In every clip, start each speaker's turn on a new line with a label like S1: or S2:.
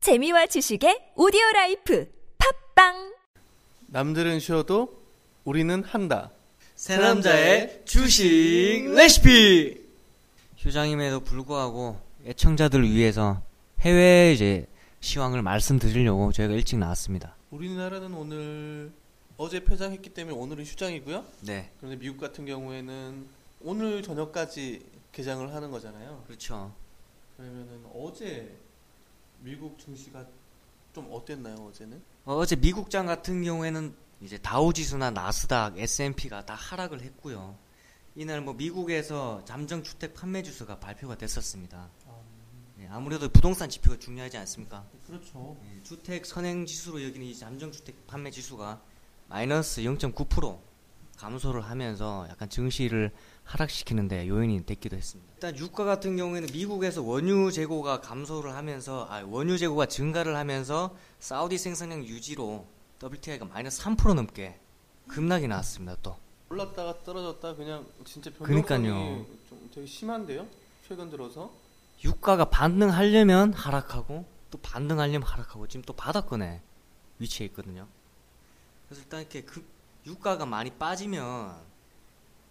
S1: 재미와 지식의 오디오 라이프 팝빵
S2: 남들은 쉬어도 우리는 한다.
S3: 새 남자의 주식 레시피. 휴장임에도 불구하고 애청자들을 위해서 해외 이제 시황을 말씀드리려고 저희가 일찍 나왔습니다.
S2: 우리나라는 오늘 어제 폐장했기 때문에 오늘은 휴장이고요.
S3: 네,
S2: 그런데 미국 같은 경우에는 오늘 저녁까지 개장을 하는 거잖아요.
S3: 그렇죠.
S2: 그러면은 어제 미국 증시가 좀 어땠나요? 어제는
S3: 어, 어제 미국장 같은 경우에는 이제 다우지수나 나스닥, S&P가 다 하락을 했고요. 이날 뭐 미국에서 잠정 주택 판매 주수가 발표가 됐었습니다. 네, 아무래도 부동산 지표가 중요하지 않습니까?
S2: 아, 그렇죠.
S3: 예, 주택 선행 지수로 여기는 이 잠정 주택 판매 지수가 마이너스 0.9% 감소를 하면서 약간 증시를 하락시키는데 요인이 됐기도 했습니다. 일단 유가 같은 경우에는 미국에서 원유 재고가 감소를 하면서 아, 원유 재고가 증가를 하면서 사우디 생산량 유지로 WTI가 마이너스 3% 넘게 급락이 나왔습니다. 또
S2: 올랐다가 떨어졌다 그냥 진짜 변동성이
S3: 그러니까요.
S2: 좀 되게 심한데요. 최근 들어서
S3: 유가가 반등하려면 하락하고 또 반등하려면 하락하고 지금 또 바닥권에 위치해 있거든요. 그래서 일단 이렇게 급- 유가가 많이 빠지면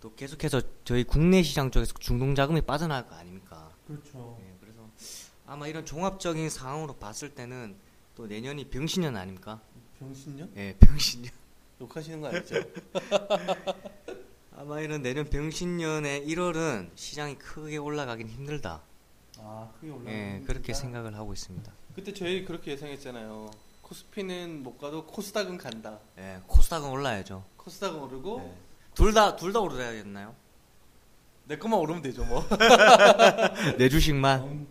S3: 또 계속해서 저희 국내 시장 쪽에서 중동 자금이 빠져나갈 거 아닙니까?
S2: 그렇죠.
S3: 예, 그래서 아마 이런 종합적인 상황으로 봤을 때는 또 내년이 병신년 아닙니까?
S2: 병신요?
S3: 예, 병신년.
S2: 욕하시는 거 아니죠?
S3: 아마 이런 내년 병신년에 1월은 시장이 크게 올라가긴 힘들다.
S2: 아 크게 올라.
S3: 예,
S2: 그러니까.
S3: 그렇게 생각을 하고 있습니다.
S2: 그때 저희 그렇게 예상했잖아요. 코스피는 못 가도 코스닥은 간다.
S3: 예, 코스닥은 올라야죠.
S2: 코스닥은 오르고
S3: 네. 둘 다 둘 다 오르야겠나요?
S2: 내 것만 오르면 되죠 뭐.
S3: 내네 주식만.
S2: 음,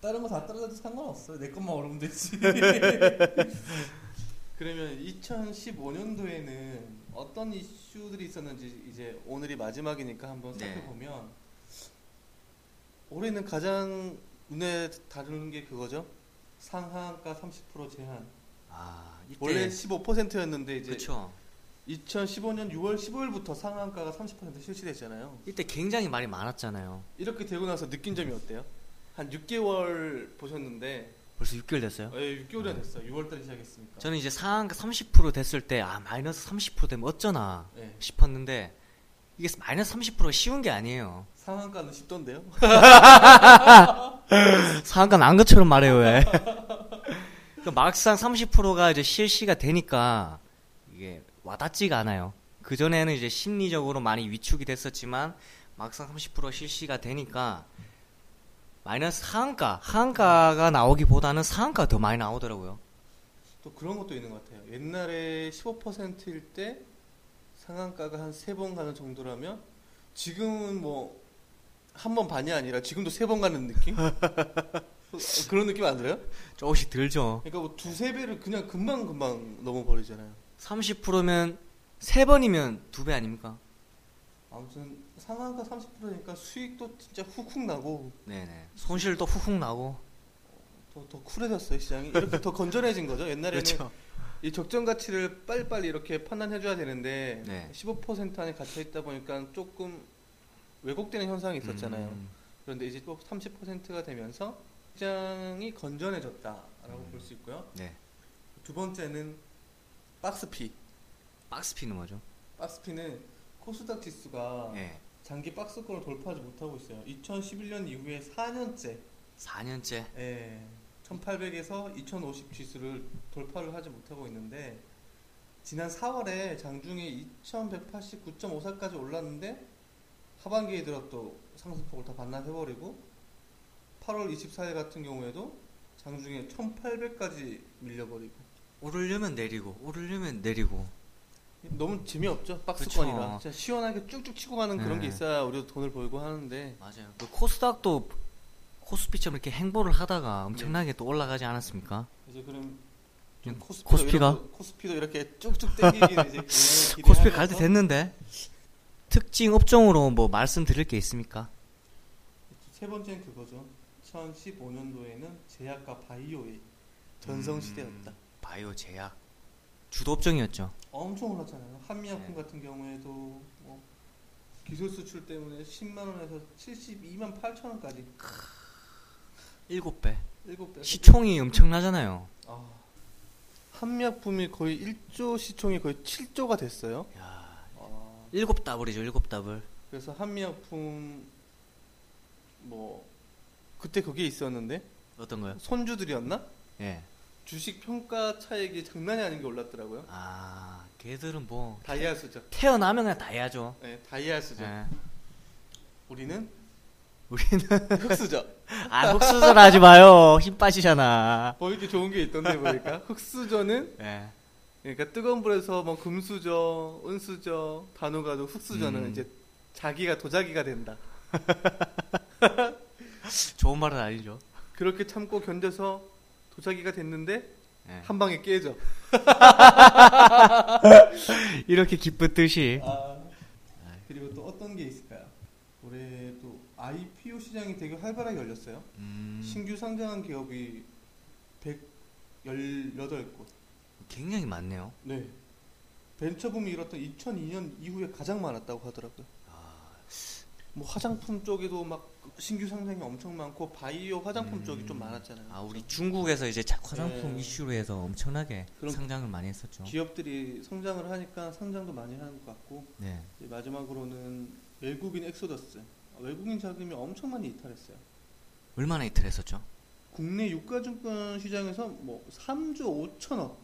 S2: 다른 거 다 떨어져도 상관없어. 내 것만 오르면 되지. 그러면 2015년도에는 어떤 이슈들이 있었는지 이제 오늘이 마지막이니까 한번
S3: 네.
S2: 살펴보면 올해는 가장 눈에 다루는 게 그거죠. 상한가 30% 제한.
S3: 아 이때
S2: 원래 15%였는데 이제
S3: 그렇죠.
S2: 2015년 6월 15일부터 상한가가 30% 실시됐잖아요.
S3: 이때 굉장히 말이 많았잖아요.
S2: 이렇게 되고 나서 느낀 점이 어때요? 한 6개월 보셨는데
S3: 벌써 6개월 됐어요.
S2: 예, 6개월이 됐어. 6월달에 시작했으니까.
S3: 저는 이제 상한가 30% 됐을 때 아 마이너스 30% 되면 어쩌나
S2: 예.
S3: 싶었는데 이게 마이너스 30%가 쉬운 게 아니에요.
S2: 상한가는 10도인데요.
S3: 상한가 난 것처럼 말해요 왜? 그 막상 30%가 이제 실시가 되니까 이게 와닿지가 않아요. 그 전에는 이제 심리적으로 많이 위축이 됐었지만 막상 30% 실시가 되니까 마이너스 하한가 하한가가 나오기보다는 상한가 가더 많이 나오더라고요.
S2: 또 그런 것도 있는 것 같아요. 옛날에 15%일 때 상한가가 한 세 번 가는 정도라면 지금은 뭐 한 번 반이 아니라 지금도 세 번 가는 느낌? 어, 그런 느낌 안 들어요?
S3: 조금씩 들죠.
S2: 그러니까 뭐 두세 배를 그냥 금방 금방 넘어버리잖아요.
S3: 30%면 세 번이면 두 배 아닙니까?
S2: 아무튼 상한가 30%니까 수익도 진짜 훅훅 나고
S3: 네네. 손실도 훅훅 나고.
S2: 더, 더 쿨해졌어요 시장이 이렇게 더 건전해진 거죠 옛날에는
S3: 그렇죠.
S2: 이 적정 가치를 빨리빨리 이렇게 판단해줘야 되는데
S3: 네.
S2: 15% 안에 갇혀 있다 보니까 조금 왜곡되는 현상이 있었잖아요
S3: 음,
S2: 그런데 이제 또 30%가 되면서 시장이 건전해졌다라고 볼 수 있고요
S3: 네.
S2: 두 번째는 박스피
S3: 박스피는 뭐죠?
S2: 박스피는 코스닥 지수가
S3: 네.
S2: 장기 박스권을 돌파하지 못하고 있어요 2011년 이후에 4년째
S3: 4년째.
S2: 예, 1800에서 2050 지수를 돌파를 하지 못하고 있는데 지난 4월에 장중에 2189.54까지 올랐는데 하반기에 들어 또 상승폭을 다 반납해버리고 8월 24일 같은 경우에도 장중에 1800까지 밀려버리고
S3: 오르려면 내리고 오르려면 내리고
S2: 너무 재미없죠 박스권이라
S3: 그쵸.
S2: 진짜 시원하게 쭉쭉 치고 가는 그런 게
S3: 네.
S2: 있어야 우리도 돈을 벌고 하는데
S3: 맞아요 그 코스닥도 코스피처럼 이렇게 행보를 하다가 엄청나게 또 올라가지 않았습니까
S2: 이제 그럼
S3: 음,
S2: 좀 코스피도,
S3: 코스피가?
S2: 이렇게, 코스피도 이렇게 쭉쭉 땡기기는 이제 기대하면서
S3: 코스피 갈 때 됐는데 특징 업종으로 뭐 말씀드릴 게 있습니까
S2: 세 번째는 그거죠. 2015년도에는 제약과 바이오의
S3: 음.
S2: 전성시대였다.
S3: 바이오 제약 주도 업종이었죠
S2: 엄청 올랐잖아요. 한미약품 같은 경우에도 뭐 기술 수출 때문에 10만 원에서 72만 8천 원까지
S3: 7배
S2: 일곱 배.
S3: 시총이 엄청나잖아요.
S2: 아, 한미약품이 거의 1조 시총이 거의 7조가 됐어요. 아,
S3: 일곱 더블이죠, 일곱 더블.
S2: 그래서 한미약품 뭐 그때 그게 있었는데
S3: 어떤 거요?
S2: 손주들이었나?
S3: 예.
S2: 주식 평가 차익이 장난이 아닌 게 올랐더라고요.
S3: 아, 걔들은 뭐
S2: 다이아 수죠.
S3: 태어나면 그냥 다 해야죠.
S2: 네, 다이아 수죠.
S3: 예.
S2: 우리는
S3: 우리는
S2: 흑수저.
S3: 아, 복수전 하지 마요. 힘 빠지잖아.
S2: 뭐 보이게 좋은 게 있던데 보니까 흑수저는
S3: 예.
S2: 그러니까 뜨거운 불에서 뭐 금수저, 은수저, 단호가도 흑수저는
S3: 음.
S2: 이제 자기가 도자기가 된다.
S3: 좋은 말은 아니죠.
S2: 그렇게 참고 견뎌서 도자기가 됐는데
S3: 예.
S2: 한 방에 깨져.
S3: 이렇게 기쁘듯이
S2: 아,
S3: 아.
S2: 그리고 또 어떤 게 있을까요? 올해 또 IPO 시장이 되게 활발하게 열렸어요.
S3: 음,
S2: 신규 상장한 기업이 118곳.
S3: 굉장히 많네요.
S2: 네. 벤처붐이 일었던 2002년 이후에 가장 많았다고 하더라고요. 뭐 화장품 쪽에도 막 신규 상장이 엄청 많고 바이오 화장품
S3: 음.
S2: 쪽이 좀 많았잖아요.
S3: 아, 우리 중국에서 이제 자- 화장품
S2: 예.
S3: 이슈로 해서 엄청나게
S2: 그럼-
S3: 상장을 많이 했었죠.
S2: 기업들이 성장을 하니까 상장도 많이 하는 것 같고
S3: 네.
S2: 이제 마지막으로는 외국인 엑소더스. 외국인 자금이 엄청 많이 이탈했어요.
S3: 얼마나 이탈했었죠?
S2: 국내 유가증권 시장에서 뭐 3조 5천억 예,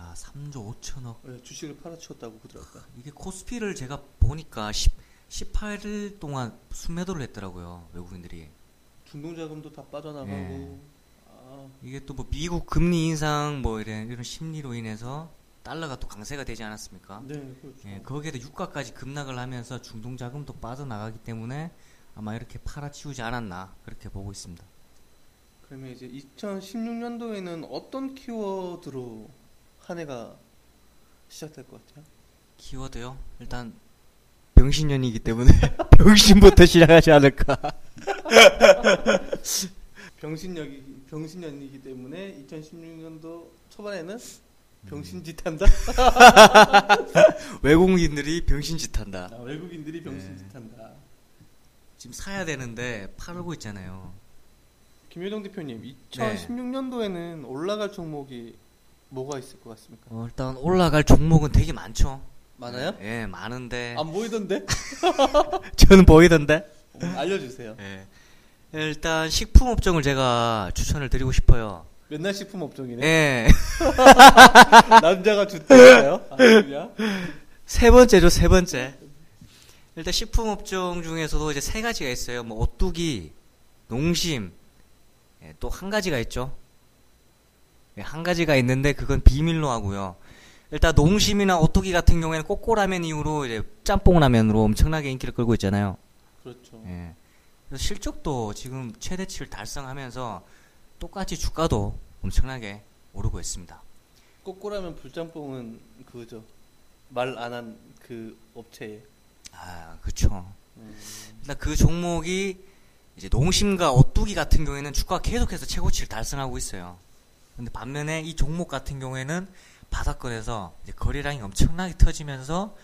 S3: 아, 3조 5천억.
S2: 주식을 팔아치웠다고 그러더라고요.
S3: 이게 코스피를 제가 보니까 10, 18일 동안 순매도를 했더라고요. 외국인들이.
S2: 중동 자금도 다 빠져나가고
S3: 네.
S2: 아,
S3: 이게 또 뭐 미국 금리 인상 뭐 이런 이런 심리로 인해서 달러가 또 강세가 되지 않았습니까?
S2: 네, 그렇죠.
S3: 예, 거기에다 유가까지 급락을 하면서 중동 자금도 빠져나가기 때문에 아마 이렇게 팔아치우지 않았나 그렇게 보고 있습니다.
S2: 그러면 이제 2016년도에는 어떤 키워드로 한 해가 시작될 것 같아요?
S3: 키워드요? 일단 병신년이기 때문에 병신부터 시작하지 않을까.
S2: 병신력이 병신년이기 때문에 2016년도 초반에는 병신짓 한다.
S3: 외국인들이 병신짓 한다.
S2: 아, 외국인들이
S3: 네.
S2: 병신짓 한다.
S3: 지금 사야 되는데 팔고 있잖아요.
S2: 김효정 대표님, 2016년도에는 올라갈 종목이 뭐가 있을 것 같습니까?
S3: 어, 일단 올라갈 종목은 되게 많죠.
S2: 많아요? 네.
S3: 예, 많은데
S2: 안 보이던데?
S3: 저는 보이던데.
S2: 알려주세요.
S3: 예. 일단 식품 업종을 제가 추천을 드리고 싶어요.
S2: 맨날 식품 업종이네.
S3: 예.
S2: 남자가 주택이에요. 아, 그냥?
S3: 세 번째죠, 세 번째. 일단 식품 업종 중에서도 이제 세 가지가 있어요. 뭐 오뚜기, 농심, 예, 또 한 가지가 있죠. 예, 한 가지가 있는데 그건 비밀로 하고요. 일단 농심이나 오뚜기 같은 경우에는 꼬꼬라면 이후로 이제 짬뽕라면으로 엄청나게 인기를 끌고 있잖아요.
S2: 그렇죠.
S3: 예. 그래서 실적도 지금 최대치를 달성하면서 똑같이 주가도 엄청나게 오르고 있습니다.
S2: 꼬꼬라면 불짬뽕은 그거죠. 말 안 한 그 업체에.
S3: 아, 그쵸.
S2: 음.
S3: 일단 그 종목이 이제 농심과 오뚜기 같은 경우에는 주가가 계속해서 최고치를 달성하고 있어요. 근데 반면에 이 종목 같은 경우에는 바닥권에서 이제 거래량이 엄청나게 터지면서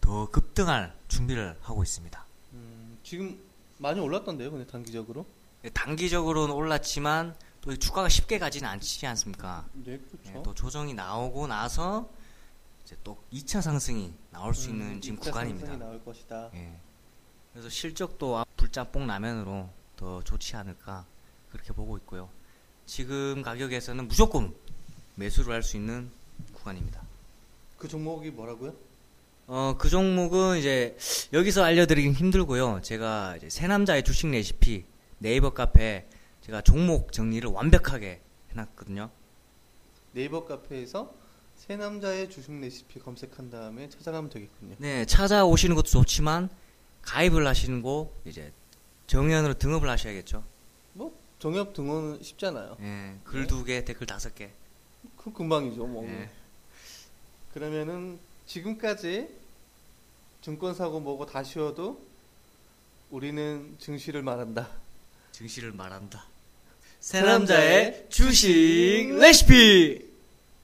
S3: 더 급등할 준비를 하고 있습니다.
S2: 음, 지금 많이 올랐던데요, 근데 단기적으로?
S3: 예, 단기적으로는 올랐지만 또이 주가가 쉽게 가지는 않지 않습니까?
S2: 네,
S3: 예,
S2: 그렇죠.
S3: 또 조정이 나오고 나서 이제 또 2차 상승이 나올 수 있는
S2: 음,
S3: 지금
S2: 입자
S3: 구간입니다.
S2: 상승이 나올 것이다.
S3: 예. 그래서 실적도 앞- 불짬뽕 라면으로 더 좋지 않을까 그렇게 보고 있고요. 지금 가격에서는 무조건 매수를 할 수 있는 구간입니다.
S2: 그 종목이 뭐라고요?
S3: 어, 그 종목은 이제 여기서 알려드리긴 힘들고요. 제가 이제 새남자의 주식 레시피 네이버 카페에 제가 종목 정리를 완벽하게 해놨거든요.
S2: 네이버 카페에서 새 남자의 주식 레시피 검색한 다음에 찾아가면 되겠군요.
S3: 네, 찾아오시는 것도 좋지만 가입을 하시는 거 이제 정연으로 등업을 하셔야겠죠.
S2: 뭐 정협 등원은 쉽잖아요.
S3: 예, 글 두 개, 댓글 다섯 개.
S2: 그 금방이죠, 뭐.
S3: 예.
S2: 그러면은 지금까지 증권 사고 뭐고 다 쉬어도 우리는 증시를 말한다.
S3: 증시를 말한다.
S2: 새 남자의
S3: 주식 레시피!